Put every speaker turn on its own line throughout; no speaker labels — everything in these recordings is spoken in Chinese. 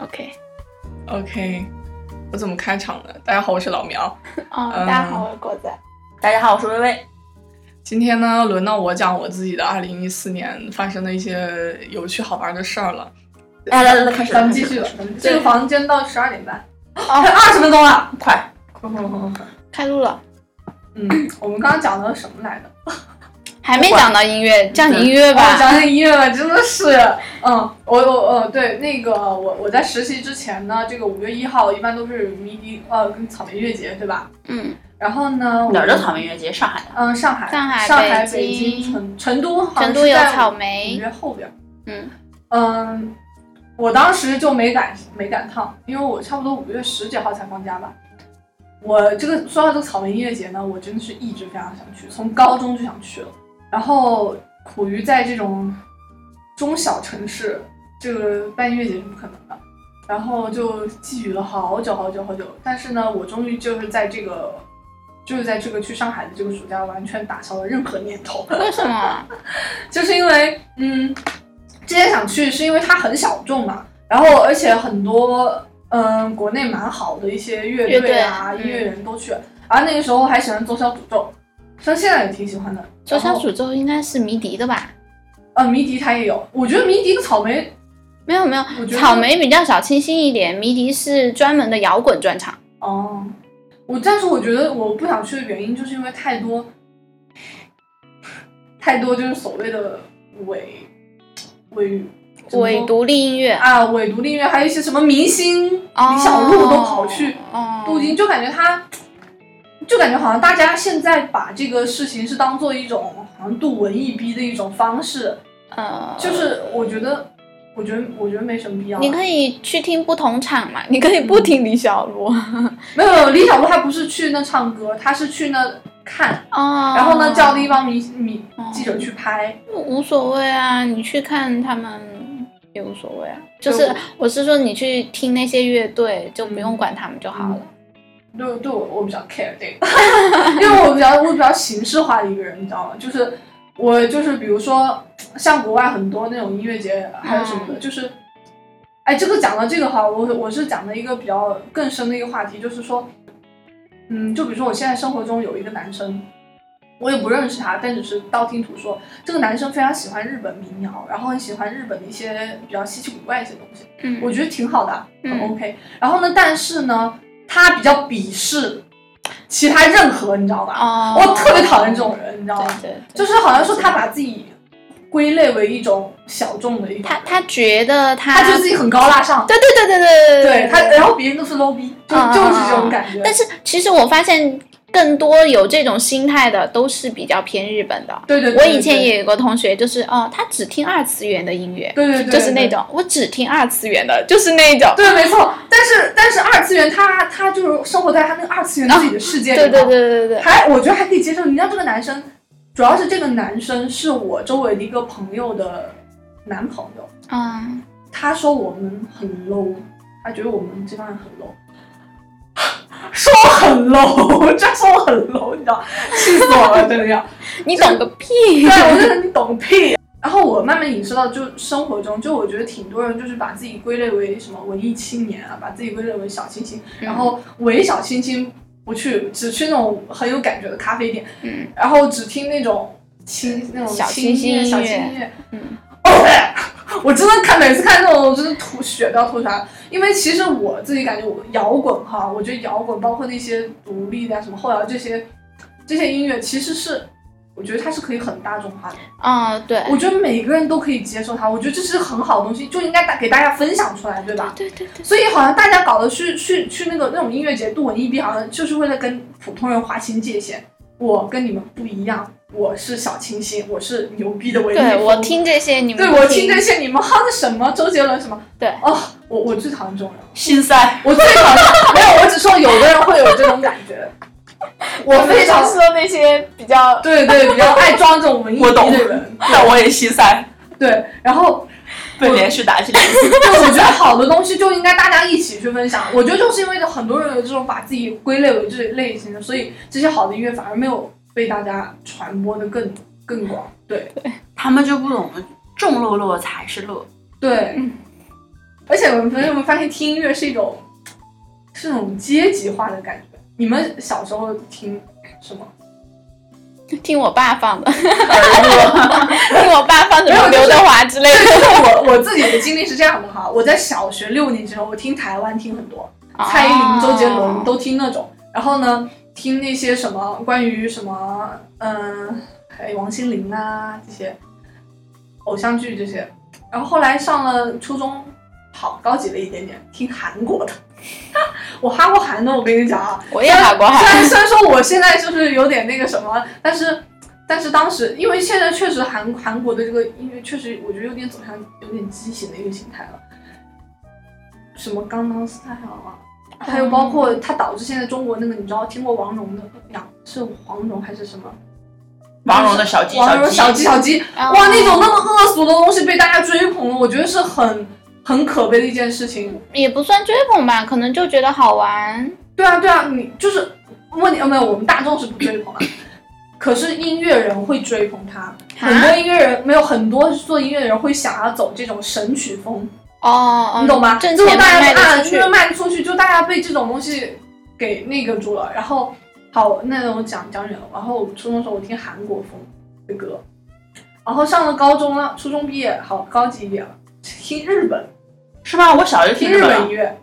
OK，
OK，我怎么开场呢？大家好，我是老苗。
哦，
嗯
大家好，我是果子。
大家好，我是薇薇。
今天呢，轮到我讲我自己的2014年发生的一些有趣好玩的事儿了。
来来来，开始，
咱们继续了。这个房间到十二点半。
还有二十分钟了，快！
快快快快快！
开录了，
嗯，我们刚刚讲的什么来着？
还没讲到音乐，讲你音乐
哦
吧。
讲讲音乐吧，真的 是，嗯，我我呃，对，那个我我在实习之前呢，这个五月一号一般都是迷笛呃跟草莓音乐节，对吧？
嗯，
然后呢，我
哪儿的草莓音乐节？上海的。
嗯，上海、
上海
上海、
北
北
京
成成都，好像
成
是
都有
在
草
五
莓。
月后边。
嗯
嗯，我当时就没赶没赶趟，因为我差不多五月十几号才放假吧。我这个说到这个草莓音乐节呢，我真的是一直非常想去，从高中就想去了。然后苦于在这种中小城市，这个办音乐节是不可能的。然后就觊觎了好久好久好久，但是呢，我终于就是在这个，就是在这个去上海的这个暑假，完全打消了任何念头。
为什么？
就是因为，嗯，之前想去是因为它很小众嘛，然后而且很多，嗯，国内蛮好的一些乐队啊、
乐队嗯
音乐人都去，然后那个时候还喜欢左小诅咒，像现在也挺喜欢的。
左小
然后，
诅咒应该是迷笛的吧？
呃，迷笛它也有，我觉得迷笛跟草莓，
没有没有
我，觉得
草莓比较小清新一点，迷笛是专门的摇滚专场。
哦，我但是我觉得我不想去的原因就是因为太多，太多就是所谓的伪伪怎么说
伪独立音乐，
啊，伪独立音乐，还有一些什么明星、
哦
李小璐都跑去镀，金，
哦
就感觉他，就感觉好像大家现在把这个事情是当做一种好像镀文艺逼的一种方式，
呃，
就是我觉得，我觉得，我觉得没什么必要。
你可以去听不同场嘛，你可以不听李小璐。
没有没有李小璐，她不是去那唱歌，她是去那看，
哦，
然后呢叫了一帮迷迷
哦
记者去拍，
无所谓啊，你去看他们也无所谓啊。就是
对
我是说，你去听那些乐队，就不用管他们就好了。
对对我我比较 care 这个，因为我比较我比较形式化的一个人，你知道吗？就是我就是比如说像国外很多那种音乐节还有什
嗯
么的，就是，哎，这个讲到这个哈，我我是讲的一个比较更深的一个话题，就是说，嗯，就比如说我现在生活中有一个男生。我也不认识他，但只是道听途说。这个男生非常喜欢日本民谣，然后很喜欢日本的一些比较稀奇古怪的一些东西。
嗯，
我觉得挺好的，很
嗯
OK。然后呢，但是呢，他比较鄙视其他任何，你知道吧？
哦，
嗯我特别讨厌这种人，你知道吗？
对对，对
就是好像说他把自己归类为一种小众的一种
他
人，
他觉得他
他觉得自己很高大上，
对对对对对
对他，然后别人都是 low 逼，就
嗯嗯
就是这种感觉。
但是其实我发现，更多有这种心态的都是比较偏日本的。
对对，对
我
对
以前也有个同学，就是哦，他只听二次元的音乐，
对对对，
就是
对
那。种我只听二次元的，就是那种。
对，没错，但是但是二次元他他就是生活在他那个二次元自己的世界里嘛，
对对对对对，
还我觉得还可以接受。你知道这个男生，主要是这个男生是我周围的一个朋友的男朋友，
嗯，
他说我们很 low，他觉得我们这帮人很 low。说我很 low，这说我很 low，你知道，气死我了，真的要。
你懂个屁！
对，我觉得你懂屁。然后我慢慢意识到，就生活中，就我觉得挺多人就是把自己归类为什么文艺青年啊，把自己归类为小清新，然后伪小清新不去，只去那种很有感觉的咖啡店，
嗯，
然后只听那种轻那种
小
轻
清新
音乐小
音乐
清新音乐，
嗯
哦，哎 我真的看每次看这种，我真的吐血都要吐出来了。因为其实我自己感觉我摇滚哈，我觉得摇滚包括那些独立的啊什么后摇这些这些音乐，其实是我觉得它是可以很大众化的，
啊、对，
我觉得每个人都可以接受它，我觉得这是很好的东西，就应该大给大家分享出来，对吧？
对对对，
所以好像大家搞的去去去那个那种音乐节度文艺逼，好像就是为了跟普通人划清界限。我跟你们不一样，我是小清新，我是牛逼的文艺
对
风
我听这些，你们
对
不
我听这些，你们哼的什么周杰伦什么？
对
哦，我我最讨厌这种人，
心塞。
我最讨厌没有，我只说有的人会有这种感觉，我非常
适合那些比较
对对比较爱装这种文艺
我懂
逼的人，
但我也心塞，
对，然后
被连续打击两次。
对我觉得好的东西就应该大家一起去分享，我觉得就是因为很多人有这种把自己归类为这类型的，所以这些好的音乐反而没有被大家传播的更更广，对
他们就不懂，众乐乐才是乐。
对，而且我们朋友们发现听音乐是一种，是那种阶级化的感觉。你们小时候听什么？
听我爸放的，听我爸放什么刘德华之类的，
我我自己的经历是这样的哈，我在小学六年级的时候，我听台湾听很多， 蔡依林、周杰伦
哦
都听那种。然后呢，听那些什么关于什么，嗯、还有王心凌啊这些偶像剧这些。然后后来上了初中，好高级了一点点，听韩国的。 我哈过韩的，我跟你讲啊，
我也喊过
虽
喊。
然虽然说我现在就是有点那个什么，但是但是当时因为现在确实韩韩国的这个音乐确实我觉得有点走向有点畸形的一个形态了，什么刚刚 style 啊，还有包括它导致现在中国那个你知道听过王蓉的杨是黄蓉还是什么
王蓉的小鸡，
王蓉小鸡
鸡，
小鸡
哦
哇那种那么恶俗的东西被大家追捧了，我觉得是很很可悲的一件事情。
也不算追捧吧，可能就觉得好玩。
对啊，对啊，你就是问你，呃，没有，我们大众是不追捧的，可是音乐人会追捧
啊
他，很多音乐人没有很多做音乐人会想要走这种神曲风，
哦，哦
你懂吗？
挣
如果
钱
大
卖
家啊，
得出
因
去
为。卖得出去，就大家被这种东西给那个住了。然后，好，那我讲讲远了。然后我初中的时候我听韩国风的歌，然后上了高中了，初中毕业，好高级一点了，听日本。
是吧？我小时候
听
听
日
的
本音乐。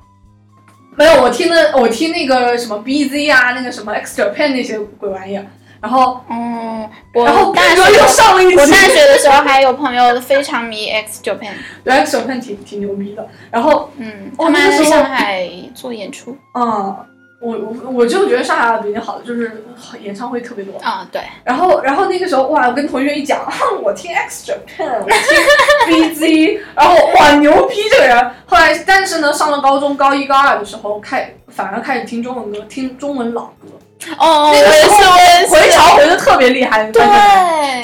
没有，我听的我听那个什么 BZ 啊，那个什么 X Japan 那些鬼玩意儿，然后
哦，
然后
我大
哥又
学
上了一期
我大学的时候还有朋友非常迷 X Japan，
，X Japan 挺挺牛逼的。然后
嗯，
哦
他们
那
还
个时
在
候
上海做演出
嗯，我我我就觉得上海比较好的就是演唱会特别多。
啊，对，
然后然后那个时候哇，我跟同学一讲，哼我听 X Japan，我 听 BZ，然后哇牛逼这个人。后来但是呢，上了高中高一高二的时候开反而开始听中文歌，听中文老歌。
哦，我
那
也
个时
是，我也
候回
是，
潮回的特别厉害，你发现没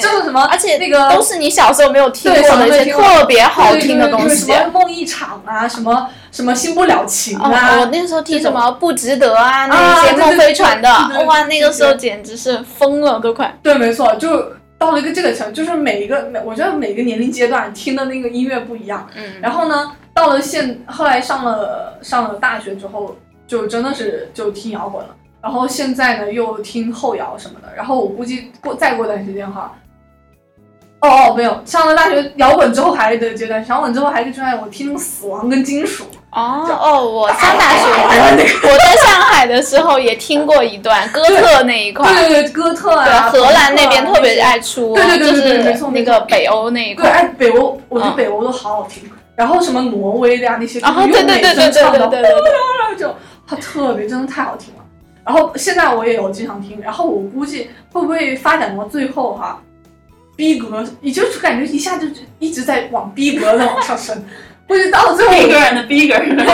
对，
就是什么，
而且
那个
都是你小时候没有听过的一
对小时候没
些
听过
特别好听的东
对对对
西。
什么梦一场啊，什么什么新不了情
哦，
啊，
我那时候听什么不值得啊，
啊
那些梦飞船的
对对对对，
哇，
对对
那个时候简直是疯了都快。
对，没错，就到了一个这个程度，就是每一个每，我觉得每个年龄阶段听的那个音乐不一样。
嗯，
然后呢，到了现后来上了上了大学之后，就真的是就听摇滚了。然后现在呢，又听后摇什么的。然后我估计过再过段时间哈，哦哦，没有，上了大学摇滚之后还有一个阶段，摇滚之后还有一个阶段，我听死亡跟金属。
哦哦，我上大学，
哎那个
我在上海的时候也听过一段哥特那一块，
对对对，哥特
对，
啊，
荷兰那边
朋克啊
特别爱出，
对对对
就
对对没
是
错
那
没错
个北欧那一
对，
块。
哎，北欧，我觉得
嗯
北欧都好好听。然后什么挪威的呀、那些，
啊，
用
对对对
美
对
声
对
唱
对
的，
对对对，
就它特别真的太好听了。然后现在我也有经常听，然后我估计会不会发展到最后哈、逼格也就是感觉一下就一直在往逼格的往上升，估计到最后我
bigger and bigger，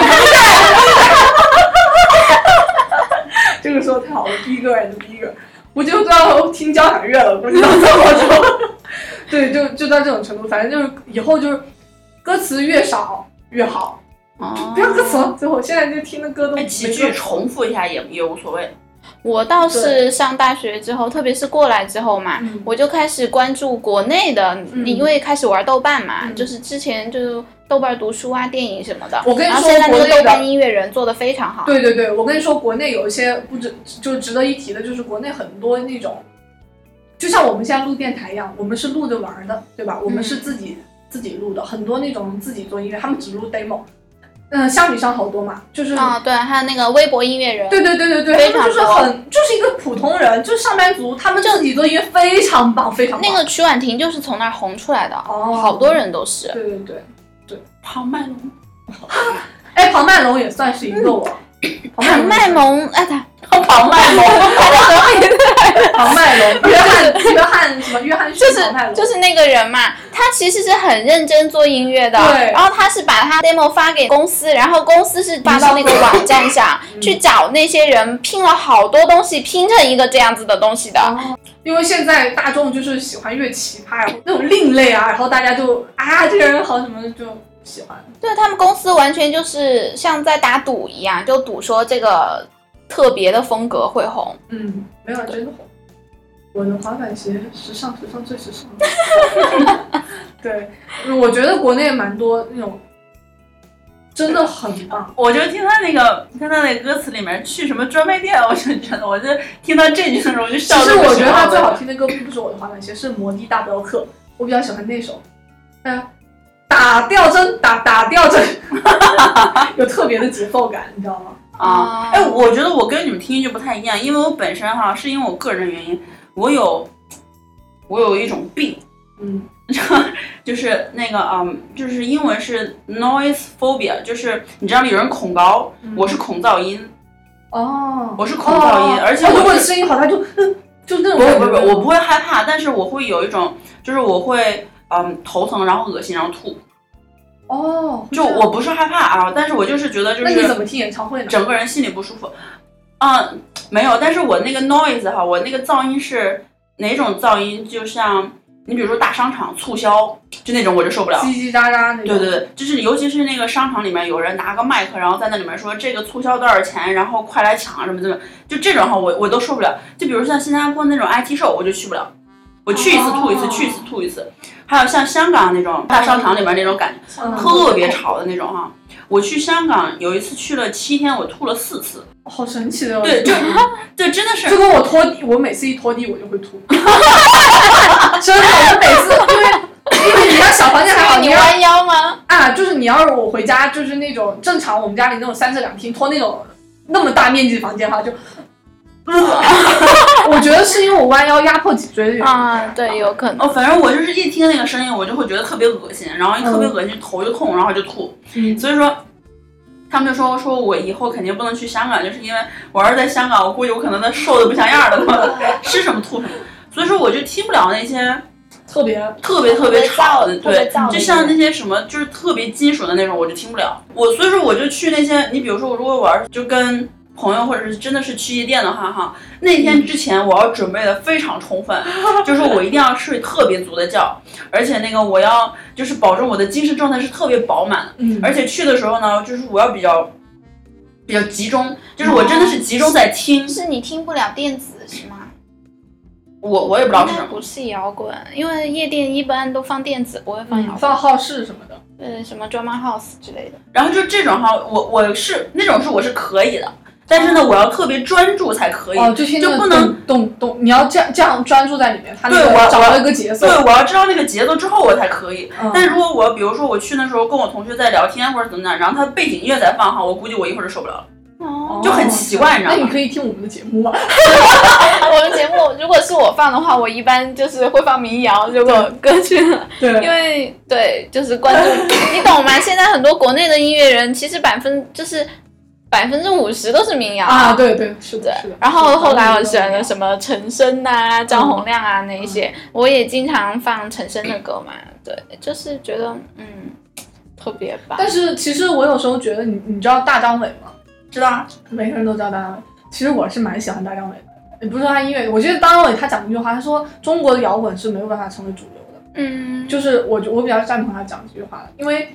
这个说太好了，逼格 and 逼格，我就到听交响乐了，估计到最后就，对，就就到这种程度，反正就是以后就是歌词越少越好。不要歌词了，最后现在就听的歌都
那
没
哦哎几句
歌
重复一下也也无所谓。
我倒是上大学之后，特别是过来之后嘛，
嗯
我就开始关注国内的，
嗯
因为开始玩豆瓣嘛，
嗯
就是之前就是豆瓣读书啊、电影什么的。
我跟你
然后
说
现在那
国
个
内的
豆瓣音乐人做的非常好。
对对对，我跟你说，国内有一些不值就值得一提的，就是国内很多那种，就像我们现在录电台一样，我们是录着玩儿的，对吧？我们是自己、自己录的，很多那种自己做音乐，他们只录 demo。嗯，相比上好多嘛，就是、
啊、对，还有那个微博音乐人，
对对对对对，
非常
他们就是
多
很就是一个普通人，就是上班族，他们自己做音乐非常棒，非常棒。
那个曲婉婷就是从那儿红出来的，
哦
好多人都是。
对对对，
庞麦隆，
哎，庞麦隆也算是一 个我，
唐
庞
麦蒙，哎， 他
庞麦隆，
庞麦隆、约翰、约翰什么约翰逊、
就是
庞麦隆，
就是那个人嘛，他其实是很认真做音乐的，
对
然后他是把他 demo 发给公司，然后公司是发到那个网站上
嗯
去找那些人拼了好多东西，拼成一个这样子的东西的。
哦因为现在大众就是喜欢越奇葩，然后那种另类啊，然后大家就啊这个人好什么就喜欢。
对他们公司完全就是像在打赌一样，就赌说这个特别的风格会红。
嗯，没有真的火。我的滑板鞋时尚，时尚最时 尚。对，我觉得国内蛮多那种真的很棒。
我就听他那个，听他那个歌词里面去什么专卖店，我就觉得，我就听到这句的时候，我就
其
笑
实
得不
我觉
行
得他
了。
最好听的歌并不是我的滑板鞋，是《摩的大镖客》，我比较喜欢那首。嗯、打吊针，打打吊针， 有特别的节奏感，你知道吗？
啊，
啊
哎，我觉得我跟你们听就不太一样，因为我本身哈是因为我个人原因，我有我有一种病，
嗯，
就是那个嗯，就是英文是 noise phobia，就是你知道吗？有人恐高，
嗯
我是恐噪音，
哦，
我是恐噪音，
哦
而且
哦如果
我
你
是
声音好，他就 嗯，就那种
不
感觉。
不不，我不会害怕，但是我会有一种，就是我会嗯头疼，然后恶心，然后吐。
哦，
就我不是害怕啊，但是我就是觉得就
那你怎
是
么听演唱会呢？
整个人心里不舒服。嗯，没有，但是我那个 noise 哈，我那个噪音是哪种噪音？就像你比如说大商场促销，就那种我就受不了。
叽叽喳喳那种。
对对对，就是尤其是那个商场里面有人拿个麦克，然后在那里面说这个促销多少钱，然后快来抢什么什么，就这种哈，我我都受不了。就比如像新加坡那种 IT 售，我就去不了，我去一次吐一次，
哦
去一次吐一次。还有像香港那种大商场里面那种感觉，
嗯，
特别吵的那种哈。我去香港有一次去了七天，我吐了四次，
好神奇的。哦
对，就 就真的
就是跟我拖地，我每次一拖 地我就会吐，真的，我每次因为因为你要小房间还好，
你
要
弯腰吗？
啊，就是你要是我回家就是那种正常我们家里那种三室两厅拖那种那么大面积房间哈，就， 我觉得是因为我弯腰压迫脊椎的原因。
啊，对，有可能。
哦，反正我就是一听那个声音，我就会觉得特别恶心，然后一特别
嗯
恶心，头就痛，然后就吐。
嗯，
所以说，他们就说说我以后肯定不能去香港，就是因为我要是在香港，我估计我可能都瘦的不像样儿了， 吃什么吐什么。所以说，我就听不了那些
特别
特别特别吵的，
特别
对
噪，
就像那些什么就是特别金属的那种，我就听不了。我所以说，我就去那些，你比如说，我如果玩就跟朋友或者是真的是去夜店的话，哈，那天之前我要准备的非常充分，就是我一定要睡特别足的觉，而且那个我要就是保证我的精神状态是特别饱满的。
嗯
而且去的时候呢，就是我要比较比较集中，就是我真的是集中在听，
是你听不了电子是吗？
我我也不知道
应
是
该
什么。
不是摇滚，因为夜店一般都放电子，不会放摇滚，
放好事什么的，
呃，什么 drama house 之类的。
然后就这种哈，我我是那种是我是可以的，但是呢，我要特别专注才可以。
哦，就听那
就
个
不能
动动动，你要这样这样专注在里面，他那
对
个
我
找
我
到一个节奏
对，，我要知道那个节奏之后我才可以。
嗯
但如果我比如说我去那时候跟我同学在聊天或者怎么样，然后他背景音乐在放哈，我估计我一会儿就受不了了。
哦
就很奇怪你知道
那
吗
你可以听我们的节目啊 吗？
我们节目如果是我放的话，我一般就是会放民谣，如果歌曲，
对，
因为对，就是关注，你懂吗？现在很多国内的音乐人，其实百分就是百分之五十都是民谣
啊，。对对，是的，是的。嗯
然后后来我
是嗯
选了
的
什么陈升呐、张洪量啊那一些，我也经常放陈升的歌嘛。对，就是觉得嗯特别棒。
但是其实我有时候觉得你，你知道大张伟吗？
知道啊？
每个人都知道大张伟。其实我是蛮喜欢大张伟的，也不是说他音乐，我觉得大张伟他讲一句话，他说中国的摇滚是没有办法成为主流的，
嗯，
就是我我比较赞同他讲这句话的，因为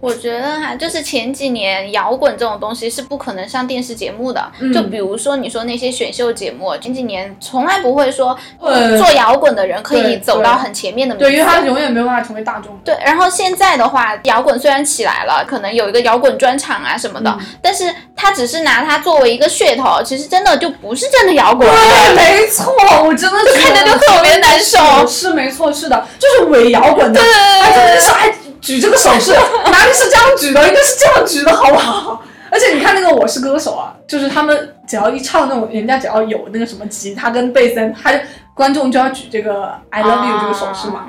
我觉得哈、就是前几年摇滚这种东西是不可能上电视节目的。
嗯
就比如说你说那些选秀节目，前几年从来不会说、
呃
做摇滚的人可
对
以走到很前面的名次。
对，因为他永远没有办法成为大众。
对，然后现在的话，摇滚虽然起来了，可能有一个摇滚专场啊什么的，
嗯
但是他只是拿它作为一个噱头，其实真的就不是真的摇滚。
对，没错，我真的
就看着就特别难受
是没错，是的，就是伪摇滚的，他真的是还举这个手 势，哪里是这样举的，应该是这样举的，好不好？而且你看那个《我是歌手》啊，就是他们只要一唱那种，人家只要有那个什么吉他跟贝斯，他就观众就要举这个 I love you 这个手
哦
势嘛。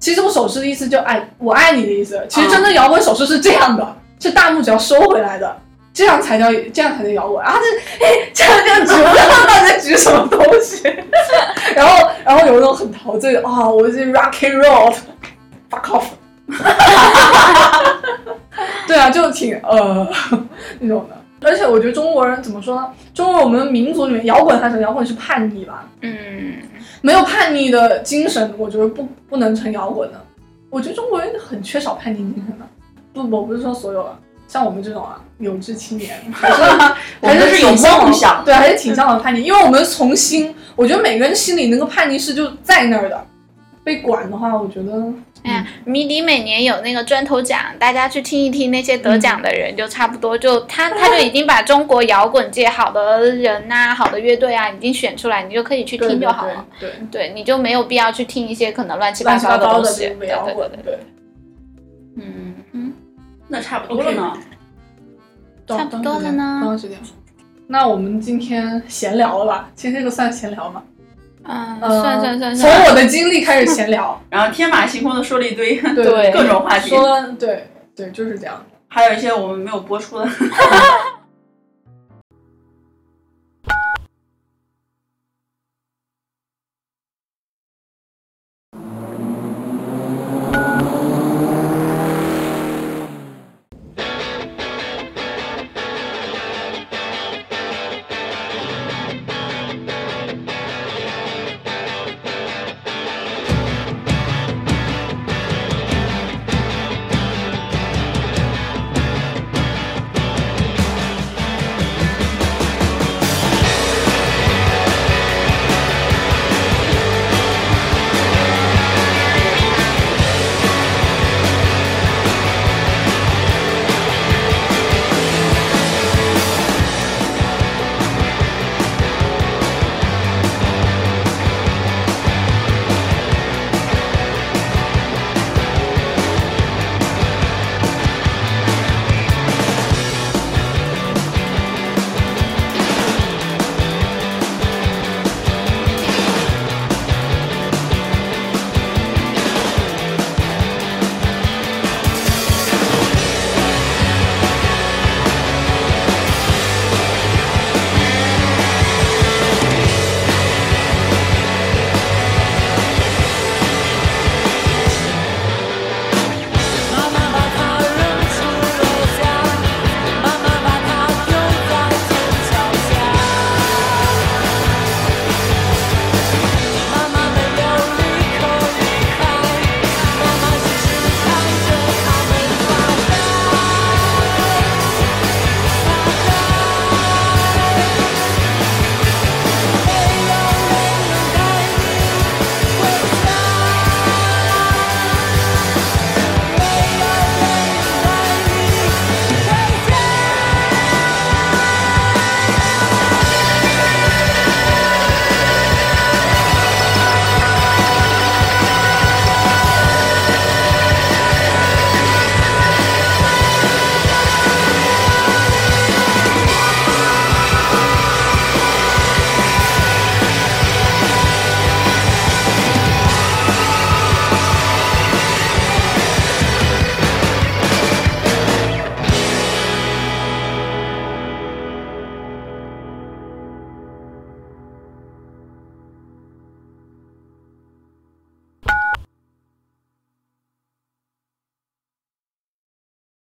其实这个手势的意思就爱我爱你的意思。其实真的摇滚手势是这样的，是大幕只要收回来的，这样才叫这样才叫摇滚啊！这哎这样这样举，我不知道大家在举什么东西。 然后然后有那种很陶醉的啊、我是 rock and roll，fuck off。对啊，就挺呃那种的。而且我觉得中国人怎么说呢？中国我们民族里面摇滚还是摇滚是叛逆吧，
嗯，
没有叛逆的精神，我觉得不不能成摇滚的。我觉得中国人很缺少叛逆精神的。不，我不是说所有啊，像我们这种啊有志青年，还是
我们
还
都是有
挺向往
梦想的
对，还是挺向往叛逆，因为我们从心，我觉得每个人心里那个叛逆是就在那儿的。被管的话，我觉得
哎呀，迷笛每年有那个砖头奖，大家去听一听那些得奖的人，就差不多就 他他就已经把中国摇滚界好的人呐、好的乐队啊，已经选出来，你就可以去听就好了。。
对，
对，你就没有必要去听一些可能乱七八
乱七八
糟的
糟
东
的
西。
这
对
种
对
摇
对对
滚，对，
嗯
嗯，
那差不多了呢。
差不多了呢
刚刚是这样。那我们今天闲聊了吧？其实这个算闲聊吗？
嗯，
呃
算算算
从
算，
我的经历开始闲 聊，
然后天马行空的说了一堆
对
各种话题，
说对对，就是这样。
还有一些我们没有播出的。